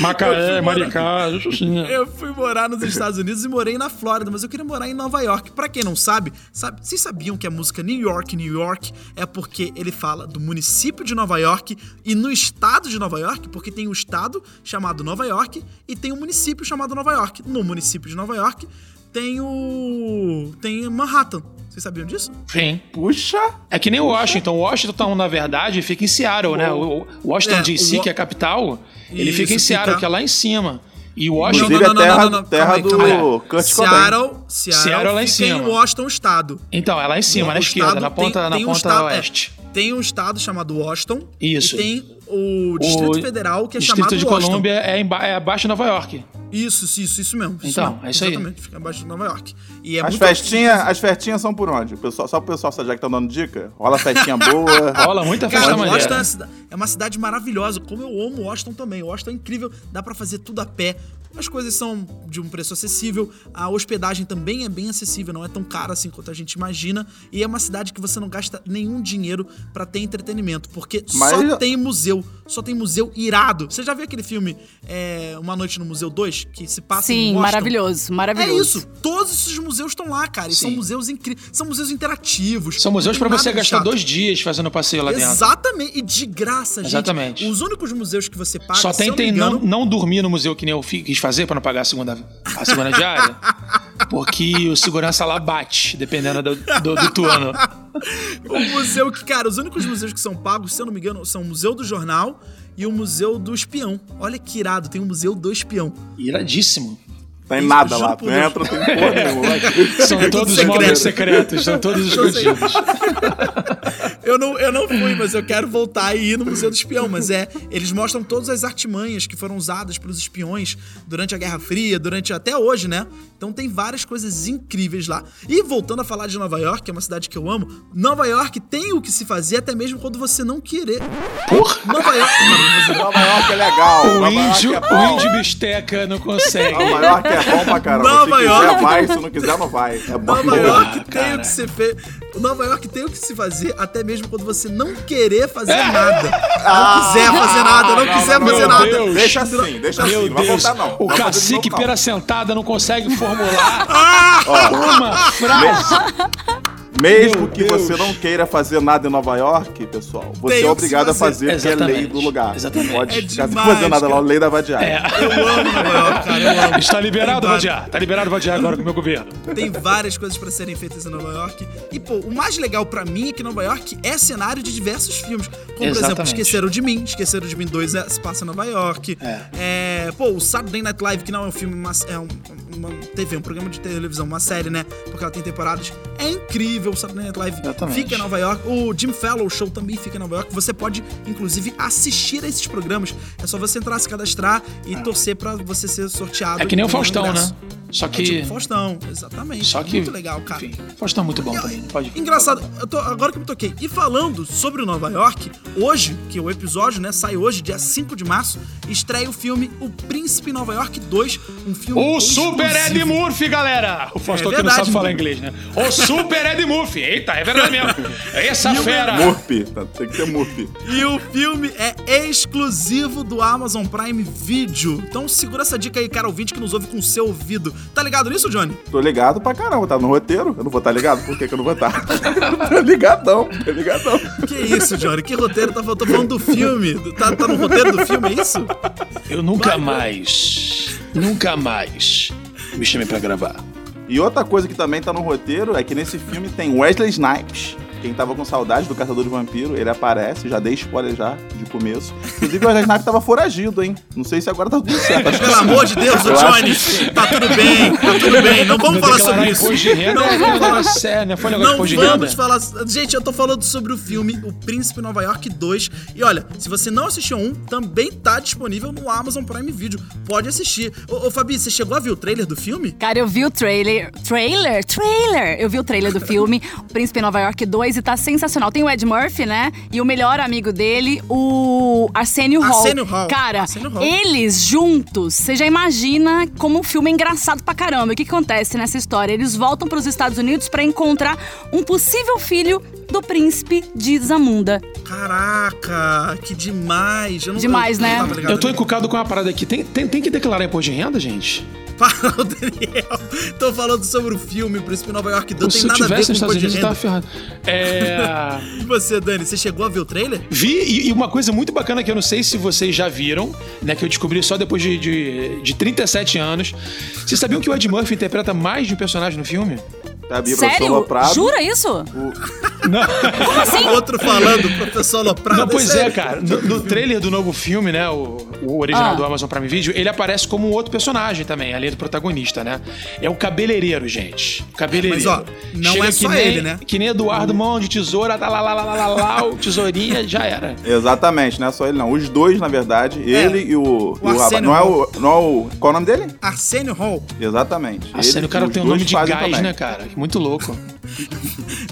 Speaker 2: Macaé, Maricá, isso sim. é.
Speaker 1: Eu fui morar nos Estados Unidos e morei na Flórida, mas eu queria morar em Nova York. Pra quem não sabe, sabe, vocês sabiam que a música New York, New York é porque ele fala do município de Nova York e no estado de Nova York, porque tem um estado chamado Nova York e tem um município chamado Nova York. No município de Nova York tem o tem Manhattan. Vocês sabiam disso?
Speaker 2: Enfim.
Speaker 4: Puxa!
Speaker 2: É que nem Washington. Washington, tá um na verdade, fica em Seattle, né? O o Washington
Speaker 1: É,
Speaker 2: DC,
Speaker 1: o Wa-
Speaker 2: que é a capital, ele
Speaker 1: Isso,
Speaker 2: fica em Seattle,
Speaker 1: fica-
Speaker 2: que é lá em cima. E Washington.
Speaker 4: Inclusive, é terra- terra
Speaker 1: calma aí,
Speaker 4: do
Speaker 1: calma aí.
Speaker 4: Kurt Cobain.
Speaker 1: Seattle, Seattle,
Speaker 2: Seattle é lá em
Speaker 1: fica
Speaker 2: cima.
Speaker 1: em Washington, estado.
Speaker 2: Então, é lá em cima,
Speaker 1: O
Speaker 2: na esquerda,
Speaker 1: estado
Speaker 2: na ponta,
Speaker 1: tem-
Speaker 2: na
Speaker 1: tem um
Speaker 2: ponta
Speaker 1: estado- é,
Speaker 2: oeste.
Speaker 1: tem um estado chamado Washington.
Speaker 2: Isso.
Speaker 1: E tem o Distrito Federal, que é
Speaker 2: Distrito
Speaker 1: chamado
Speaker 2: de
Speaker 1: Washington.
Speaker 2: Colômbia é, emba- é abaixo de Nova York.
Speaker 1: Isso, isso, isso, isso mesmo.
Speaker 2: Então,
Speaker 1: mesmo.
Speaker 2: é isso aí.
Speaker 1: Exatamente, fica abaixo de Nova York. E é
Speaker 4: As
Speaker 1: muito-
Speaker 4: festinhas, as festinhas são por onde? O pessoal, só pro pessoal já que tá dando dica? Rola festinha boa.
Speaker 2: Rola muita festa
Speaker 1: Ah, Cara,
Speaker 2: maneira.
Speaker 1: Washington é uma, cida- é uma cidade maravilhosa. Como eu amo Washington também. Washington é incrível, dá pra fazer tudo a pé. As coisas são de um preço acessível, a hospedagem também é bem acessível, não é tão cara assim quanto a gente imagina. E é uma cidade que você não gasta nenhum dinheiro pra ter entretenimento, porque só
Speaker 4: Mas-
Speaker 1: tem museu, só tem museu irado. Você já viu aquele filme é, Uma Noite no Museu 2, que se passa em
Speaker 3: Sim,
Speaker 1: Washington?
Speaker 3: maravilhoso,
Speaker 1: Ah, É
Speaker 3: maravilhoso.
Speaker 1: isso, todos esses museus estão lá, cara. E são
Speaker 2: Sim.
Speaker 1: museus incríveis, são museus interativos.
Speaker 2: São museus pra
Speaker 1: Não tem
Speaker 2: você
Speaker 1: nada de
Speaker 2: gastar
Speaker 1: chato.
Speaker 2: dois dias fazendo passeio lá dentro.
Speaker 1: Exatamente, e de graça, gente.
Speaker 2: Exatamente.
Speaker 1: Os únicos museus que você paga,
Speaker 2: Só
Speaker 1: se
Speaker 2: tem,
Speaker 1: eu não,
Speaker 2: tem
Speaker 1: me
Speaker 2: não,
Speaker 1: engano,
Speaker 2: não dormir no museu que nem eu fi- quis fazer pra não pagar a segunda, a segunda diária. Porque o segurança lá bate, dependendo do, do, do turno.
Speaker 1: o museu que, cara, os únicos museus que são pagos, se eu não me engano, são o Museu do Jornal e o Museu do Espião. Olha que irado, tem o Museu do Espião.
Speaker 2: Iradíssimo.
Speaker 4: Tem nada
Speaker 1: Juro
Speaker 4: lá
Speaker 1: por Deus.
Speaker 4: dentro, tem porra nenhuma.
Speaker 2: É, São todos
Speaker 1: secreto.
Speaker 2: móveis secretos, são todos
Speaker 1: Então, assim,
Speaker 2: escondidos.
Speaker 1: eu, não, eu não fui, mas eu quero voltar e ir no Museu do Espião. Mas é, eles mostram todas as artimanhas que foram usadas pelos espiões durante a Guerra Fria, durante até hoje, né? Então tem várias coisas incríveis lá. E voltando a falar de Nova York, que é uma cidade que eu amo, Nova York tem o que se fazer até mesmo quando você não querer. Nova York.
Speaker 4: Nova York é legal.
Speaker 2: O
Speaker 4: Nova York
Speaker 2: índio,
Speaker 4: é
Speaker 2: o
Speaker 4: bom.
Speaker 2: índio bisteca não consegue.
Speaker 4: Nova York é bom pra caramba.
Speaker 1: Nova
Speaker 4: se
Speaker 1: York.
Speaker 4: quiser, vai. Se não quiser, não vai. É bom
Speaker 1: Nova
Speaker 4: pra
Speaker 1: York tem
Speaker 2: cara.
Speaker 1: o que se fe... Nova York tem o que se fazer, até mesmo quando você não querer fazer nada. Não quiser fazer nada, não
Speaker 4: não,
Speaker 1: quiser
Speaker 4: não,
Speaker 1: fazer
Speaker 4: meu
Speaker 1: nada.
Speaker 2: Deus.
Speaker 4: Deixa assim, deixa assim.
Speaker 2: Meu
Speaker 4: não vai
Speaker 2: Deus,
Speaker 4: voltar, não.
Speaker 2: o
Speaker 4: Vai fazer de
Speaker 2: cacique
Speaker 4: novo, não.
Speaker 2: pera sentada não consegue formular uma frase.
Speaker 4: Mesmo
Speaker 2: Meu
Speaker 4: que
Speaker 2: Deus.
Speaker 4: você não queira fazer nada em Nova York, pessoal, você
Speaker 1: Tem o
Speaker 4: é
Speaker 1: que
Speaker 4: obrigado a
Speaker 1: se fazer.
Speaker 4: fazer, porque é lei
Speaker 2: Exatamente.
Speaker 4: do lugar.
Speaker 2: Exatamente.
Speaker 4: Não pode
Speaker 1: É
Speaker 4: ficar sem
Speaker 1: demais,
Speaker 4: fazer nada lá,
Speaker 1: cara.
Speaker 4: lei da vadiária.
Speaker 2: É.
Speaker 1: Eu amo Nova York, cara, eu amo.
Speaker 2: Está liberado,
Speaker 1: Tem várias-
Speaker 2: Vadiar. Está liberado, Vadiar, agora com o meu governo.
Speaker 1: Tem várias coisas pra serem feitas em Nova York. E, pô, o mais legal pra mim é que Nova York é cenário de diversos filmes. Como, por exemplo,
Speaker 2: Exatamente.
Speaker 1: Esqueceram de Mim. Esqueceram de Mim 2 é- se passa em Nova York. É, pô, o Saturday Night Live, que não é um filme, mas é um, uma TV, um programa de televisão, uma série, né? Porque ela tem temporadas. É incrível. O Saturday Night Live
Speaker 2: Exatamente.
Speaker 1: fica em Nova York. O Jim Fallon Show também fica em Nova York. Você pode, inclusive, assistir a esses programas. É só você entrar, se cadastrar e torcer pra você ser sorteado.
Speaker 2: É que nem o
Speaker 1: e ganhar um
Speaker 2: Faustão, né?
Speaker 1: ingresso.
Speaker 2: Só
Speaker 1: É tipo
Speaker 2: que.
Speaker 1: o Faustão, exatamente. É
Speaker 2: Só que.
Speaker 1: Muito legal, cara.
Speaker 2: Enfim, Faustão é muito bom também. não Pode
Speaker 1: Engraçado, eu tô- agora que eu me toquei. E falando sobre o Nova York, hoje, que o episódio né, sai hoje, dia 5 de março, estreia o filme O Príncipe Nova York 2, um filme.
Speaker 2: O Super
Speaker 1: exclusivo.
Speaker 2: Ed Murphy, galera! O Faustão
Speaker 1: É
Speaker 2: que não sabe
Speaker 1: verdade,
Speaker 2: falar
Speaker 1: mano.
Speaker 2: inglês, né? O Super Ed Murphy! Eita, é verdade mesmo! Essa fera!
Speaker 4: Murphy, tá? tem que ser Murphy.
Speaker 1: E o filme é exclusivo do Amazon Prime Video. Então segura essa dica aí, cara, ouvinte que nos ouve com o seu ouvido. Tá ligado nisso, Johnny?
Speaker 4: Tô ligado pra caramba, tá no roteiro. Eu não vou estar ligado, por que, que eu não vou estar? tô ligadão, tô ligadão.
Speaker 1: Que isso, Johnny? Que roteiro? Tá, tô falando do filme. Tá, tá no roteiro do filme, é isso?
Speaker 2: Eu nunca mais, nunca mais me chamei pra gravar.
Speaker 4: E outra coisa que também tá no roteiro é que nesse filme tem Wesley Snipes. Quem tava com saudade do Caçador de Vampiro, ele aparece, já dei spoiler já de começo. Inclusive, o Wesley Snipes tava foragido, hein? Não sei se agora tá tudo certo. Acho que
Speaker 1: Pelo amor de Deus, o
Speaker 4: Eu acho
Speaker 1: Johnny. Tá tudo bem, tá tudo bem. Não vamos falar sobre isso.
Speaker 2: Depois de renda,
Speaker 1: Não
Speaker 2: é
Speaker 1: vamos falar.
Speaker 2: negócio sério, né? Foi negócio
Speaker 1: Não
Speaker 2: de imposto de renda.
Speaker 1: vamos falar. Gente, eu tô falando sobre o filme O Príncipe Nova York 2. E olha, se você não assistiu um, também tá disponível no Amazon Prime Video. Pode assistir. Ô, ô Fabi, você chegou a ver o trailer do filme?
Speaker 3: Cara, eu vi o trailer. Trailer? Trailer! Eu vi o trailer do filme, O Príncipe em Nova York 2, e tá sensacional. Tem o Ed Murphy, né? E o melhor amigo dele, o Arsenio Hall.
Speaker 1: Arsenio Hall.
Speaker 3: Cara,
Speaker 1: Arsenio Hall.
Speaker 3: eles juntos, você já imagina como um filme é engraçado pra caramba. E o que que acontece nessa história? Eles voltam pros Estados Unidos pra encontrar um possível filho do príncipe de Zamunda.
Speaker 1: Caraca, que demais. Eu não,
Speaker 3: Demais,
Speaker 1: eu não
Speaker 3: né?
Speaker 1: tava ligado
Speaker 2: Eu tô
Speaker 1: nisso.
Speaker 2: encucado com uma parada aqui. Tem, tem, tem que declarar imposto de renda, gente?
Speaker 1: Fala, o Daniel. Tô falando sobre o filme O Príncipe Nova York 2. Não tem
Speaker 2: se eu
Speaker 1: nada a ver
Speaker 2: tivesse
Speaker 1: com
Speaker 2: nos
Speaker 1: o
Speaker 2: Estados
Speaker 1: de
Speaker 2: Unidos, eu
Speaker 1: renda.
Speaker 2: tava ferrado. É...
Speaker 1: E você, Dani, você chegou a ver o trailer?
Speaker 2: Vi, e, e uma coisa muito bacana que eu não sei se vocês já viram, né? Que eu descobri só depois de, de, de 37 anos. Vocês sabiam que o Ed Murphy interpreta mais de um personagem no filme?
Speaker 4: Tá, Bia, professor
Speaker 3: Sério?
Speaker 4: Loprado.
Speaker 3: Jura isso?
Speaker 2: Não.
Speaker 3: Como assim?
Speaker 1: Outro falando, professor Loprado.
Speaker 2: Não, pois é,
Speaker 1: sério.
Speaker 2: cara. No, no trailer do novo filme, né? O, o original
Speaker 3: Ah.
Speaker 2: do Amazon Prime Video, ele aparece como um outro personagem também, além do protagonista, né? É o cabeleireiro, gente. O Cabeleireiro.
Speaker 1: Mas, ó, não é só
Speaker 2: nem,
Speaker 1: ele, né?
Speaker 2: Que nem Eduardo Mão de Tesoura, tá lá, lá, lá, lá, lá, lá, o tesourinha, já era.
Speaker 4: Exatamente, não é só ele não. Os dois, na verdade,
Speaker 2: É.
Speaker 4: ele e o, e o
Speaker 1: Arsênio
Speaker 4: rapaz.
Speaker 2: né?
Speaker 4: Não é o, não é o. Qual é o nome dele?
Speaker 1: Arsenio Hall.
Speaker 4: Exatamente.
Speaker 2: A cena,
Speaker 4: Ele-
Speaker 2: o cara
Speaker 4: os
Speaker 2: tem um
Speaker 4: dois
Speaker 2: nome de gás,
Speaker 4: fazem também.
Speaker 2: né, cara? Muito louco.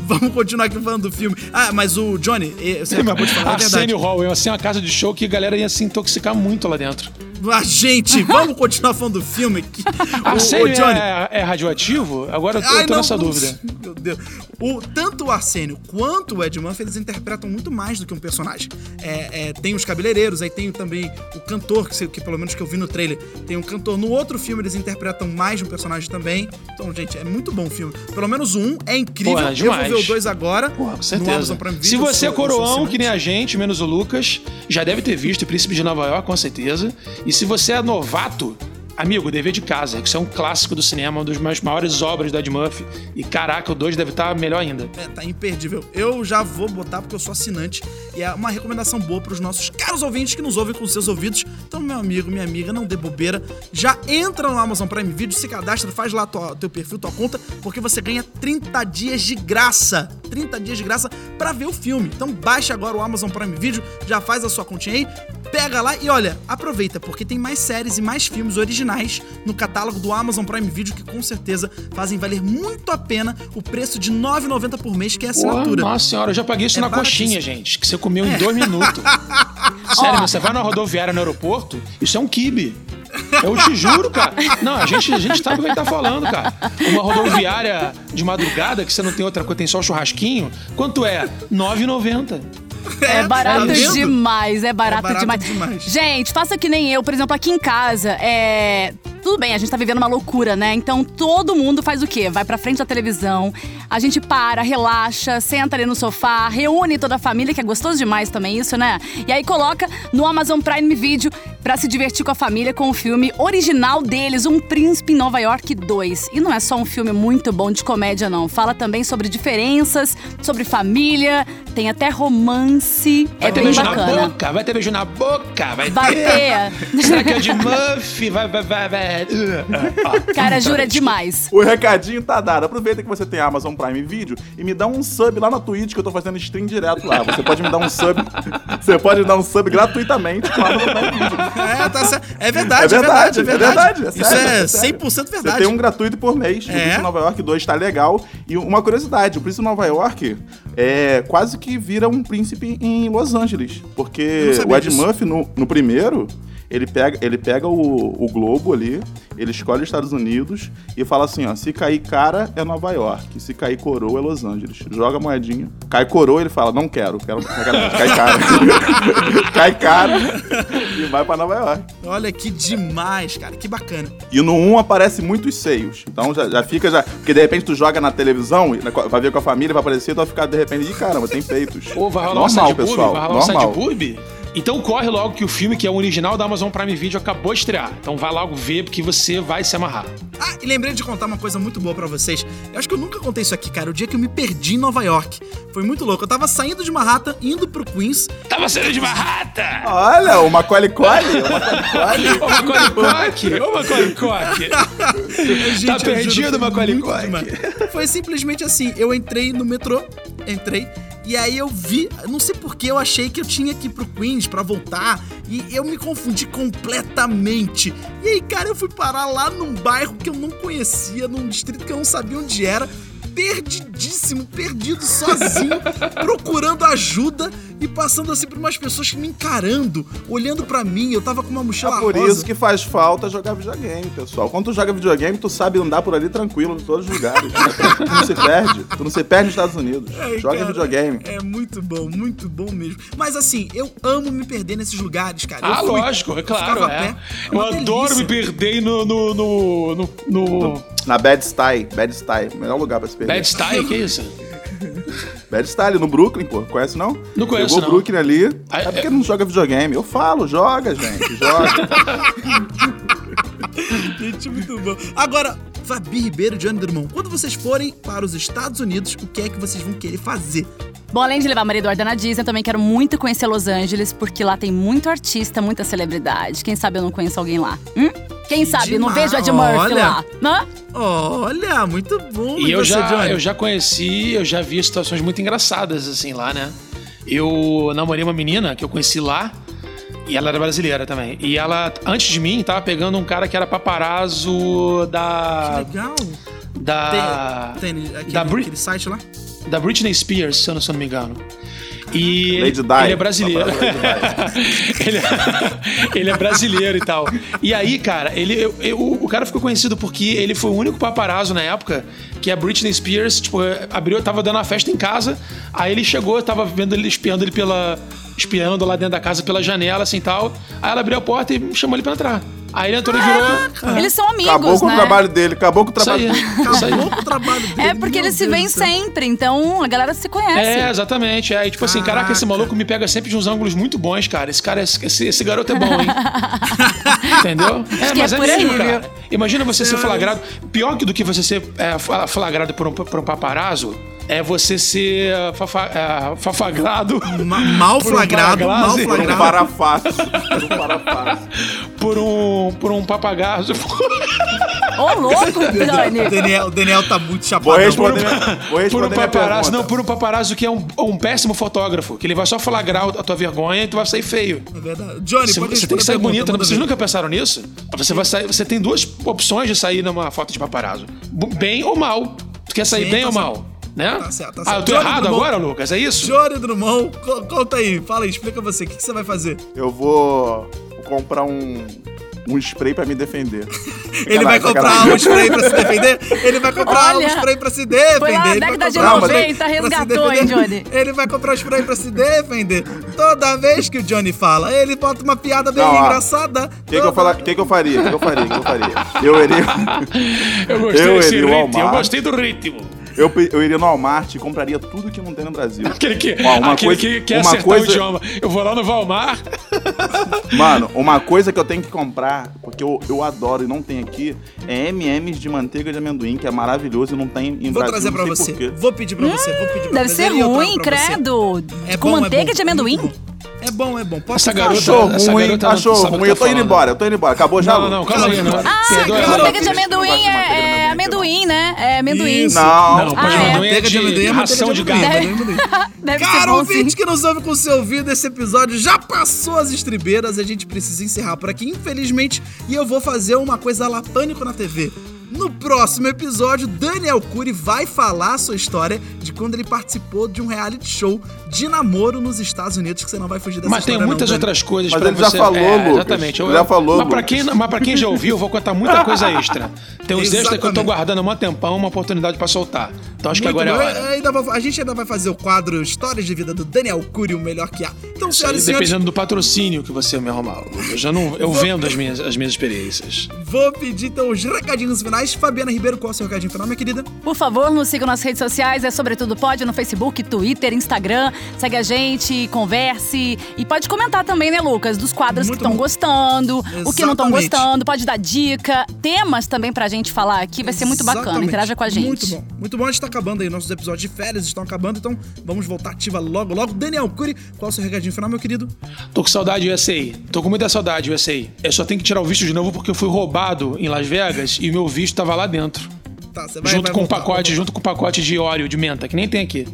Speaker 1: Vamos continuar aqui falando do filme. Ah, mas o Johnny, eh, você acabou de falar, é verdade.
Speaker 2: Arsênio Hall, eu assim, uma casa de show que a galera ia se intoxicar muito lá dentro.
Speaker 1: Ah, gente, vamos continuar falando do filme. Que... O, o
Speaker 2: Arsênio
Speaker 1: Johnny.
Speaker 2: é, é radioativo? Agora eu tô, eu tô nessa dúvida.
Speaker 1: Meu Deus. O, tanto o Arsênio quanto o Ed Murphy, eles interpretam muito mais do que um personagem. É, é, tem os cabeleireiros, aí tem também o cantor, que, se- que pelo menos que eu vi no trailer, tem um cantor. No outro filme, eles interpretam mais de um personagem também. Então, gente, é muito bom o filme. Pelo menos o um é incrível.
Speaker 2: Pô, é
Speaker 1: eu vou
Speaker 2: demais.
Speaker 1: ver o dois agora.
Speaker 2: Porra, com
Speaker 1: No
Speaker 2: certeza.
Speaker 1: Amazon Prime Video,
Speaker 2: Se você
Speaker 1: eu
Speaker 2: é
Speaker 1: sou- eu sou
Speaker 2: coroão, que nem
Speaker 1: assinante.
Speaker 2: a gente, menos o Lucas, já deve ter visto o Príncipe de Nova York, com certeza. E se você é novato, amigo, dever de casa, que isso é um clássico do cinema, uma das mais maiores obras do Ed Murphy. E caraca, o 2 deve estar melhor ainda.
Speaker 1: É, tá imperdível. Eu já vou botar porque eu sou assinante e é uma recomendação boa pros nossos caros ouvintes que nos ouvem com seus ouvidos. Então, meu amigo, minha amiga, não dê bobeira. Já entra no Amazon Prime Video, se cadastra, faz lá tua, teu perfil, tua conta, porque você ganha 30 dias de graça. 30 dias de graça pra ver o filme. Então, baixa agora o Amazon Prime Video, já faz a sua continha aí, pega lá e olha, aproveita, porque tem mais séries e mais filmes originais no catálogo do Amazon Prime Video que com certeza fazem valer muito a pena o preço de R$ 9,90 por mês, que é a assinatura.
Speaker 2: Pô, nossa senhora, eu já paguei isso
Speaker 1: É
Speaker 2: na
Speaker 1: baratíssimo.
Speaker 2: coxinha, gente, que você comeu em dois minutos. Sério, meu, você vai na rodoviária no aeroporto, isso é um kibe. Eu te juro, cara. Não, a gente, a gente sabe o que a gente tá falando, cara. Uma rodoviária de madrugada, que você não tem outra coisa, tem só churrasquinho, quanto é? R$ 9,90.
Speaker 3: É barato
Speaker 1: tá vendo?
Speaker 3: demais, é barato,
Speaker 1: barato
Speaker 3: demais.
Speaker 1: demais.
Speaker 3: Gente, faça que nem eu, por exemplo, aqui em casa, é. Tudo bem, a gente tá vivendo uma loucura, né? Então todo mundo faz o quê? Vai pra frente da televisão, a gente para, relaxa, senta ali no sofá, reúne toda a família, que é gostoso demais também isso, né? E aí coloca no Amazon Prime Video pra se divertir com a família com o filme original deles, Um Príncipe em Nova York 2. E não é só um filme muito bom de comédia, não. Fala também sobre diferenças, sobre família, tem até romance.
Speaker 2: Vai
Speaker 3: é
Speaker 2: ter
Speaker 3: bem
Speaker 2: beijo na
Speaker 3: bacana.
Speaker 2: boca, vai ter beijo na boca, vai
Speaker 3: Vai
Speaker 2: ter.
Speaker 3: ter.
Speaker 1: é
Speaker 2: Snack de Muffy, vai, vai, vai, vai.
Speaker 3: Cara, jura demais.
Speaker 4: O recadinho tá dado. Aproveita que você tem a Amazon Prime Video e me dá um sub lá na Twitch que eu tô fazendo stream direto lá. Você pode me dar um sub. Você pode me dar um sub gratuitamente com a Amazon Prime Video.
Speaker 1: É, tá certo. É verdade, é verdade,
Speaker 4: É verdade,
Speaker 1: é verdade.
Speaker 4: é verdade, é
Speaker 1: Isso
Speaker 4: sério,
Speaker 1: é
Speaker 4: é sério.
Speaker 1: 100%
Speaker 4: Você
Speaker 1: verdade.
Speaker 4: tem um gratuito por mês. O
Speaker 1: É.
Speaker 4: Príncipe de Nova York 2 tá legal. E uma curiosidade, o Príncipe de Nova York é quase que vira um príncipe em Los Angeles.
Speaker 1: não
Speaker 4: Porque
Speaker 1: sabia
Speaker 4: o Ed
Speaker 1: disso.
Speaker 4: Murphy, no, no primeiro, ele pega, ele pega o, o globo ali, ele escolhe os Estados Unidos e fala assim, ó, se cair cara é Nova York, se cair coroa é Los Angeles. Joga a moedinha. Cai coroa, ele fala, não quero, quero sacanagem, cai cara. cai cara e vai pra Nova York.
Speaker 1: Olha que demais, cara. Que bacana.
Speaker 4: E no 1 aparece muitos seios. Então já, já fica, já. Porque de repente tu joga na televisão, e na- vai ver com a família, vai aparecer, tu vai ficar de repente. Ih, caramba, tem peitos.
Speaker 2: Ou vai rolar um
Speaker 4: Normal,
Speaker 2: site
Speaker 4: pessoal.
Speaker 2: pub, vai rolar um
Speaker 4: normal.
Speaker 2: site pub. Então corre logo que o filme, que é o original da Amazon Prime Video, acabou de estrear. Então vai logo ver, porque você vai se amarrar.
Speaker 1: Ah, e lembrei de contar uma coisa muito boa pra vocês. Eu acho que eu nunca contei isso aqui, cara. O dia que eu me perdi em Nova York. Foi muito louco. Eu tava saindo de Manhattan, indo pro Queens.
Speaker 2: Tava sendo Tá de barrata!
Speaker 4: Olha, o Macaulay Cole. o Macaulay Cole.
Speaker 2: Ô, Macaulay Culkin! Ô, Macaulay Culkin!
Speaker 1: Gente,
Speaker 2: Tá
Speaker 1: eu juro,
Speaker 2: perdido,
Speaker 1: foi
Speaker 2: Macaulay
Speaker 1: muito
Speaker 2: Culkin?
Speaker 1: demais. Foi simplesmente assim. Eu entrei no metrô, entrei. E aí eu vi, não sei porque eu achei que eu tinha que ir pro Queens pra voltar e eu me confundi completamente. E aí, cara, eu fui parar lá num bairro que eu não conhecia, num distrito que eu não sabia onde era, perdidíssimo, perdido sozinho, procurando ajuda e passando assim por umas pessoas que me encarando, olhando pra mim. Eu tava com uma mochila
Speaker 2: Ah,
Speaker 4: É por
Speaker 1: rosa.
Speaker 4: isso que faz falta jogar videogame, pessoal. Quando tu joga videogame, tu sabe andar por ali tranquilo, em todos os lugares. tu não se perde. Tu não se perde nos Estados Unidos.
Speaker 1: Ai,
Speaker 4: joga
Speaker 1: cara,
Speaker 4: videogame.
Speaker 1: É muito bom, muito bom mesmo. Mas assim, eu amo me perder nesses lugares, cara.
Speaker 2: Ah,
Speaker 1: eu fui,
Speaker 2: lógico, é claro.
Speaker 1: ficava a
Speaker 2: É.
Speaker 1: pé. É
Speaker 2: Eu
Speaker 1: uma
Speaker 2: adoro me
Speaker 1: delícia.
Speaker 2: perder no. no. no. no. no
Speaker 4: Na Bad Style. Bad Style. Melhor lugar pra se perder.
Speaker 2: Bad Style, que é isso?
Speaker 4: Bad Style, no Brooklyn, pô. Conhece não?
Speaker 2: Não conheço,
Speaker 4: Pegou
Speaker 2: não. Ah,
Speaker 4: o Brooklyn ali.
Speaker 2: Ai,
Speaker 4: É porque não joga videogame. Eu falo, joga, gente, joga.
Speaker 1: Gente, muito bom. Agora, Fabi Ribeiro e Johnny Drummond, quando vocês forem para os Estados Unidos, o que é que vocês vão querer fazer?
Speaker 3: Bom, além de levar a Maria Eduarda na Disney, eu também quero muito conhecer Los Angeles, porque lá tem muito artista, muita celebridade. Quem sabe eu não conheço alguém lá. Hum? Quem sabe? eu Não
Speaker 1: demais,
Speaker 3: vejo Ed Murphy
Speaker 1: olha.
Speaker 3: lá. Hã?
Speaker 1: Olha, muito bom.
Speaker 2: E eu
Speaker 1: você,
Speaker 2: já,
Speaker 1: Johnny?
Speaker 2: eu já conheci, eu já vi situações muito engraçadas, assim, lá, né? Eu namorei uma menina que eu conheci lá, e ela era brasileira também. E ela, antes de mim, tava pegando um cara que era paparazzo
Speaker 1: Que
Speaker 2: da.
Speaker 1: legal.
Speaker 2: Da.
Speaker 1: Tem, tem aquele,
Speaker 2: Ah, da Bri-
Speaker 1: aquele site lá?
Speaker 2: da Britney Spears, se eu não, se eu não me engano. E
Speaker 4: Lady
Speaker 2: ele,
Speaker 4: Di. Tá
Speaker 2: ele é brasileiro.
Speaker 4: Lady
Speaker 2: ele, é, ele é brasileiro e tal. E aí, cara, ele, eu- eu- o cara ficou conhecido porque ele foi o único paparazzo na época que a Britney Spears, tipo, abriu, tava dando uma festa em casa, aí ele chegou, eu tava vendo ele, espiando ele pela... espiando lá dentro da casa pela janela, assim, tal. Aí ela abriu a porta e chamou ele pra entrar. Aí ele entrou e virou...
Speaker 1: Ah.
Speaker 3: Eles são amigos,
Speaker 4: Acabou com
Speaker 3: né?
Speaker 4: o trabalho dele, acabou com o
Speaker 2: Isso aí,
Speaker 4: trabalho dele.
Speaker 2: isso aí.
Speaker 1: Acabou com o trabalho dele.
Speaker 3: É porque
Speaker 1: meu
Speaker 3: eles se
Speaker 1: Deus
Speaker 3: veem
Speaker 1: do céu.
Speaker 3: sempre, então a galera se conhece.
Speaker 2: É, exatamente. É. E, tipo assim, caraca, esse
Speaker 1: Caraca.
Speaker 2: maluco me pega sempre de uns ângulos muito bons, cara. Esse cara, esse, esse- esse garoto é bom, hein? Entendeu?
Speaker 3: que é por aí,
Speaker 2: cara. Imagina você ser flagrado. Pior que do que você ser é, fa- flagrado por um, por um paparazzo é você ser é, fafa, é, fafagrado
Speaker 1: Ma- mal
Speaker 2: Por um
Speaker 1: flagrado, mal
Speaker 2: paraglase.
Speaker 4: Por um
Speaker 1: flagrado.
Speaker 4: parafato. Por um parafato.
Speaker 2: por um, por um papagaio.
Speaker 1: É.
Speaker 3: Ô, louco,
Speaker 1: O
Speaker 3: Dani.
Speaker 1: Daniel, o Daniel tá muito
Speaker 4: Vou
Speaker 1: chapadão.
Speaker 4: responder, vou
Speaker 2: Por um
Speaker 4: responder minha
Speaker 2: paparazzo, não,
Speaker 4: pergunta.
Speaker 2: por um paparazzo que é um, um péssimo fotógrafo, que ele vai só flagrar a tua vergonha e tu vai sair feio.
Speaker 1: É verdade. Johnny,
Speaker 2: Você,
Speaker 1: pode
Speaker 2: você tem que
Speaker 1: responder
Speaker 2: sair
Speaker 1: a
Speaker 2: bonita.
Speaker 1: pergunta,
Speaker 2: né?
Speaker 1: manda
Speaker 2: Vocês
Speaker 1: ver.
Speaker 2: nunca pensaram nisso? Você, vai sair, você tem duas opções de sair numa foto de paparazzo. B- Bem ou mal. Tu quer sair
Speaker 1: Sim,
Speaker 2: bem
Speaker 1: tá
Speaker 2: ou
Speaker 1: certo.
Speaker 2: mal? Né?
Speaker 1: Tá certo, tá
Speaker 2: Ah,
Speaker 1: certo.
Speaker 2: eu tô
Speaker 1: Johnny
Speaker 2: errado
Speaker 1: Drummond.
Speaker 2: agora, Lucas? É isso?
Speaker 1: Johnny Drummond, co- conta aí, fala aí, explica você, o que, que você vai fazer?
Speaker 4: Eu vou comprar um um spray pra me defender.
Speaker 1: Ele vai
Speaker 4: Sacanagem,
Speaker 1: comprar
Speaker 4: sacanagem.
Speaker 1: um spray pra se defender? Ele vai comprar
Speaker 3: Olha,
Speaker 1: um spray pra se defender.
Speaker 3: foi lá na
Speaker 1: ele vai
Speaker 3: década de
Speaker 1: comprar-
Speaker 3: 90,
Speaker 1: pra se
Speaker 3: resgatou, hein,
Speaker 1: defender.
Speaker 3: Johnny?
Speaker 1: Ele vai comprar um spray pra se defender. Toda vez que o Johnny fala, ele bota uma piada bem
Speaker 4: Não, ó.
Speaker 1: engraçada.
Speaker 4: O que, que eu fala- que, que eu faria? O que, que eu faria? O que, que eu faria? Eu iria,
Speaker 2: Eu gostei
Speaker 4: Eu,
Speaker 2: desse
Speaker 4: ele, o
Speaker 2: ritmo. Eu
Speaker 4: Walmart.
Speaker 2: gostei do ritmo.
Speaker 4: eu, pe- eu iria no Walmart e compraria tudo que não tem no Brasil.
Speaker 2: Aquele que,
Speaker 4: Ó, uma
Speaker 2: aquele
Speaker 4: coisa-
Speaker 2: que quer
Speaker 4: uma
Speaker 2: acertar o
Speaker 4: coisa-
Speaker 2: idioma. Eu vou lá no Valmar.
Speaker 4: Mano, uma coisa que eu tenho que comprar, porque eu, eu adoro e não tem aqui, é MMs de manteiga de amendoim, que é maravilhoso e não tem em
Speaker 1: Vou
Speaker 4: Brasil.
Speaker 1: trazer
Speaker 4: não
Speaker 1: pra
Speaker 4: sei
Speaker 1: você.
Speaker 4: por quê.
Speaker 1: Vou pedir pra você. Vou pedir pra
Speaker 3: Deve
Speaker 1: você
Speaker 3: ser
Speaker 1: e eu trago
Speaker 3: ruim,
Speaker 1: pra você.
Speaker 3: credo.
Speaker 1: É
Speaker 3: Com
Speaker 1: bom, é
Speaker 3: manteiga
Speaker 1: bom,
Speaker 3: de amendoim?
Speaker 1: muito bom. É bom, é bom. Pode
Speaker 2: Essa
Speaker 1: ficar.
Speaker 2: garota-
Speaker 4: Achou
Speaker 2: Essa
Speaker 4: ruim,
Speaker 2: garota não
Speaker 4: achou
Speaker 2: sabe o que
Speaker 4: ruim.
Speaker 2: tá
Speaker 4: Eu tô indo
Speaker 2: falando.
Speaker 4: embora, eu tô indo embora. Acabou já?
Speaker 2: Não,
Speaker 4: Lu?
Speaker 2: não, calma aí, não.
Speaker 3: Ah,
Speaker 2: Perdoa
Speaker 3: que
Speaker 2: ela.
Speaker 4: não,
Speaker 3: manteiga de
Speaker 4: não, não
Speaker 3: amendoim
Speaker 4: gosto de manteiga de
Speaker 3: é, é amendoim, né? É amendoim.
Speaker 1: Isso.
Speaker 4: Não,
Speaker 2: Não,
Speaker 3: Ah,
Speaker 2: pode
Speaker 3: é?
Speaker 2: amendoim é
Speaker 1: Manteiga de amendoim
Speaker 2: de
Speaker 1: é manteiga
Speaker 2: ração
Speaker 1: de
Speaker 2: de
Speaker 1: amendoim.
Speaker 2: gado.
Speaker 1: Manteiga
Speaker 3: Deve,
Speaker 1: de amendoim.
Speaker 3: deve ser
Speaker 1: Cara,
Speaker 3: bom, sim.
Speaker 1: ouvinte que nos ouve com seu ouvido, esse episódio já passou as estribeiras e a gente precisa encerrar por aqui, infelizmente. E eu vou fazer uma coisa lá pânico na TV. No próximo episódio, Daniel Cury vai falar a sua história de quando ele participou de um reality show de namoro nos Estados Unidos, que você não vai fugir dessa
Speaker 2: Mas tem
Speaker 1: história
Speaker 2: muitas
Speaker 1: não, Dani.
Speaker 2: outras coisas
Speaker 4: Mas
Speaker 2: pra
Speaker 4: ele
Speaker 2: você. É,
Speaker 4: já falou, Lucas.
Speaker 2: Exatamente.
Speaker 4: Ele já falou,
Speaker 2: mas, pra
Speaker 4: Lucas.
Speaker 2: quem, mas pra quem já ouviu, eu vou contar muita coisa extra. Tem uns extras que eu tô
Speaker 1: Exatamente.
Speaker 2: guardando há um tempão, uma oportunidade pra soltar. Então acho que
Speaker 1: Muito
Speaker 2: agora é a
Speaker 1: bom.
Speaker 2: hora.
Speaker 1: Eu ainda vou- a gente ainda vai fazer o quadro Histórias de Vida do Daniel Cury, o melhor que há. Então, senhoras e
Speaker 2: Isso aí,
Speaker 1: senhores,
Speaker 2: dependendo do patrocínio que você me arrumar. Lucas. Eu, já não, eu vendo as minhas, as minhas experiências.
Speaker 1: vou pedir então os recadinhos finais. Fabiana Ribeiro, qual é o seu recadinho final, minha querida?
Speaker 3: Por favor, nos sigam nas redes sociais, é Sobretudo Pode, no Facebook, Twitter, Instagram. Segue a gente, converse. E pode comentar também, né, Lucas? Dos quadros
Speaker 1: Muito
Speaker 3: que estão
Speaker 1: bom.
Speaker 3: gostando, o que não estão
Speaker 1: Exatamente.
Speaker 3: gostando. Pode dar dica, temas também pra gente falar aqui. Vai ser muito bacana.
Speaker 1: Exatamente.
Speaker 3: Interaja com a gente.
Speaker 1: Muito bom. Muito bom. A gente tá acabando aí. Nossos episódios de férias estão acabando, então vamos voltar ativa logo, logo. Daniel Cury, qual é o seu recadinho final, meu querido?
Speaker 2: Tô com saudade do USA. Tô com muita saudade do USA. Eu só tenho que tirar o visto de novo porque eu fui roubado em Las Vegas e meu visto tava lá dentro.
Speaker 1: Tá, você vai,
Speaker 2: junto
Speaker 1: vai
Speaker 2: com o
Speaker 1: voltar.
Speaker 2: pacote, junto com o pacote de óleo, de menta, que nem tem aqui.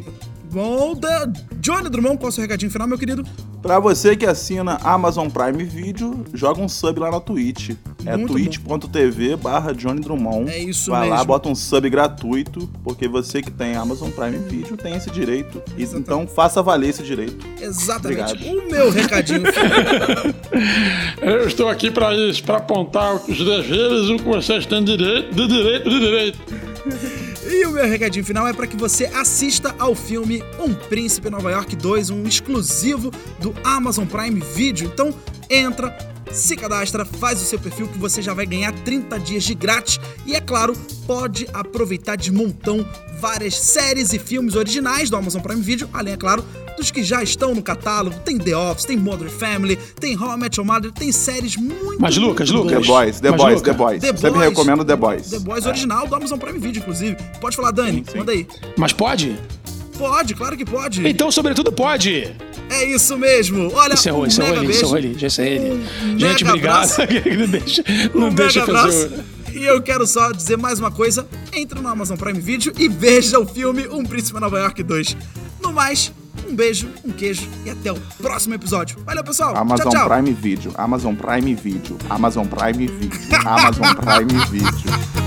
Speaker 1: Bom, da... Johnny Drummond, qual é o seu recadinho final, meu querido?
Speaker 4: Pra você que assina Amazon Prime Video, joga um sub lá na Twitch. É
Speaker 1: Muito
Speaker 4: twitch.tv barra Johnny Drummond.
Speaker 1: É isso
Speaker 4: Vai lá,
Speaker 1: mesmo.
Speaker 4: bota um sub gratuito, porque você que tem Amazon Prime Video tem esse direito. E,
Speaker 1: Exatamente.
Speaker 4: então faça valer esse direito.
Speaker 1: Exatamente.
Speaker 4: Obrigado.
Speaker 1: O meu recadinho final.
Speaker 2: Eu estou aqui para isso, para apontar os deveres e o que vocês têm direito, de direito, de direito.
Speaker 1: E o meu recadinho final é para que você assista ao filme Um Príncipe em Nova York 2, um exclusivo do Amazon Prime Video. Então, entra, se cadastra, faz o seu perfil que você já vai ganhar 30 dias de grátis e é claro, pode aproveitar de montão várias séries e filmes originais do Amazon Prime Video, além é claro dos que já estão no catálogo. Tem The Office, tem Modern Family, tem How I Met Your Mother, tem séries muito
Speaker 2: Mas, Lucas,
Speaker 1: muito
Speaker 2: Lucas,
Speaker 1: boas.
Speaker 4: The Boys, The
Speaker 2: Mas,
Speaker 4: Boys,
Speaker 2: Luca,
Speaker 4: The Boys.
Speaker 1: The
Speaker 4: Sempre
Speaker 1: Boys.
Speaker 4: recomendo The Boys. É.
Speaker 1: The Boys original do Amazon Prime Video, inclusive. Pode falar, Dani,
Speaker 4: Sim, sim.
Speaker 1: manda aí.
Speaker 2: Mas pode?
Speaker 1: Pode, claro que pode.
Speaker 2: Então, sobretudo, pode.
Speaker 1: É isso mesmo. Olha,
Speaker 2: Isso é
Speaker 1: um
Speaker 2: ruim, isso é
Speaker 1: mega
Speaker 2: ruim,
Speaker 1: beijo.
Speaker 2: isso é ruim, isso é ele.
Speaker 1: Um
Speaker 2: Gente,
Speaker 1: mega
Speaker 2: obrigado.
Speaker 1: abraço.
Speaker 2: não deixa,
Speaker 1: Um
Speaker 2: não deixa
Speaker 1: mega
Speaker 2: eu
Speaker 1: abraço.
Speaker 2: fazer. o-
Speaker 1: E eu quero só dizer mais uma coisa. Entre no Amazon Prime Video e veja o filme Um Príncipe em Nova York 2. No mais, um beijo, um queijo e até o próximo episódio. Valeu, pessoal.
Speaker 4: Amazon
Speaker 1: tchau, tchau.
Speaker 4: Prime Video, Amazon Prime Video, Amazon Prime Video, Amazon Prime Video.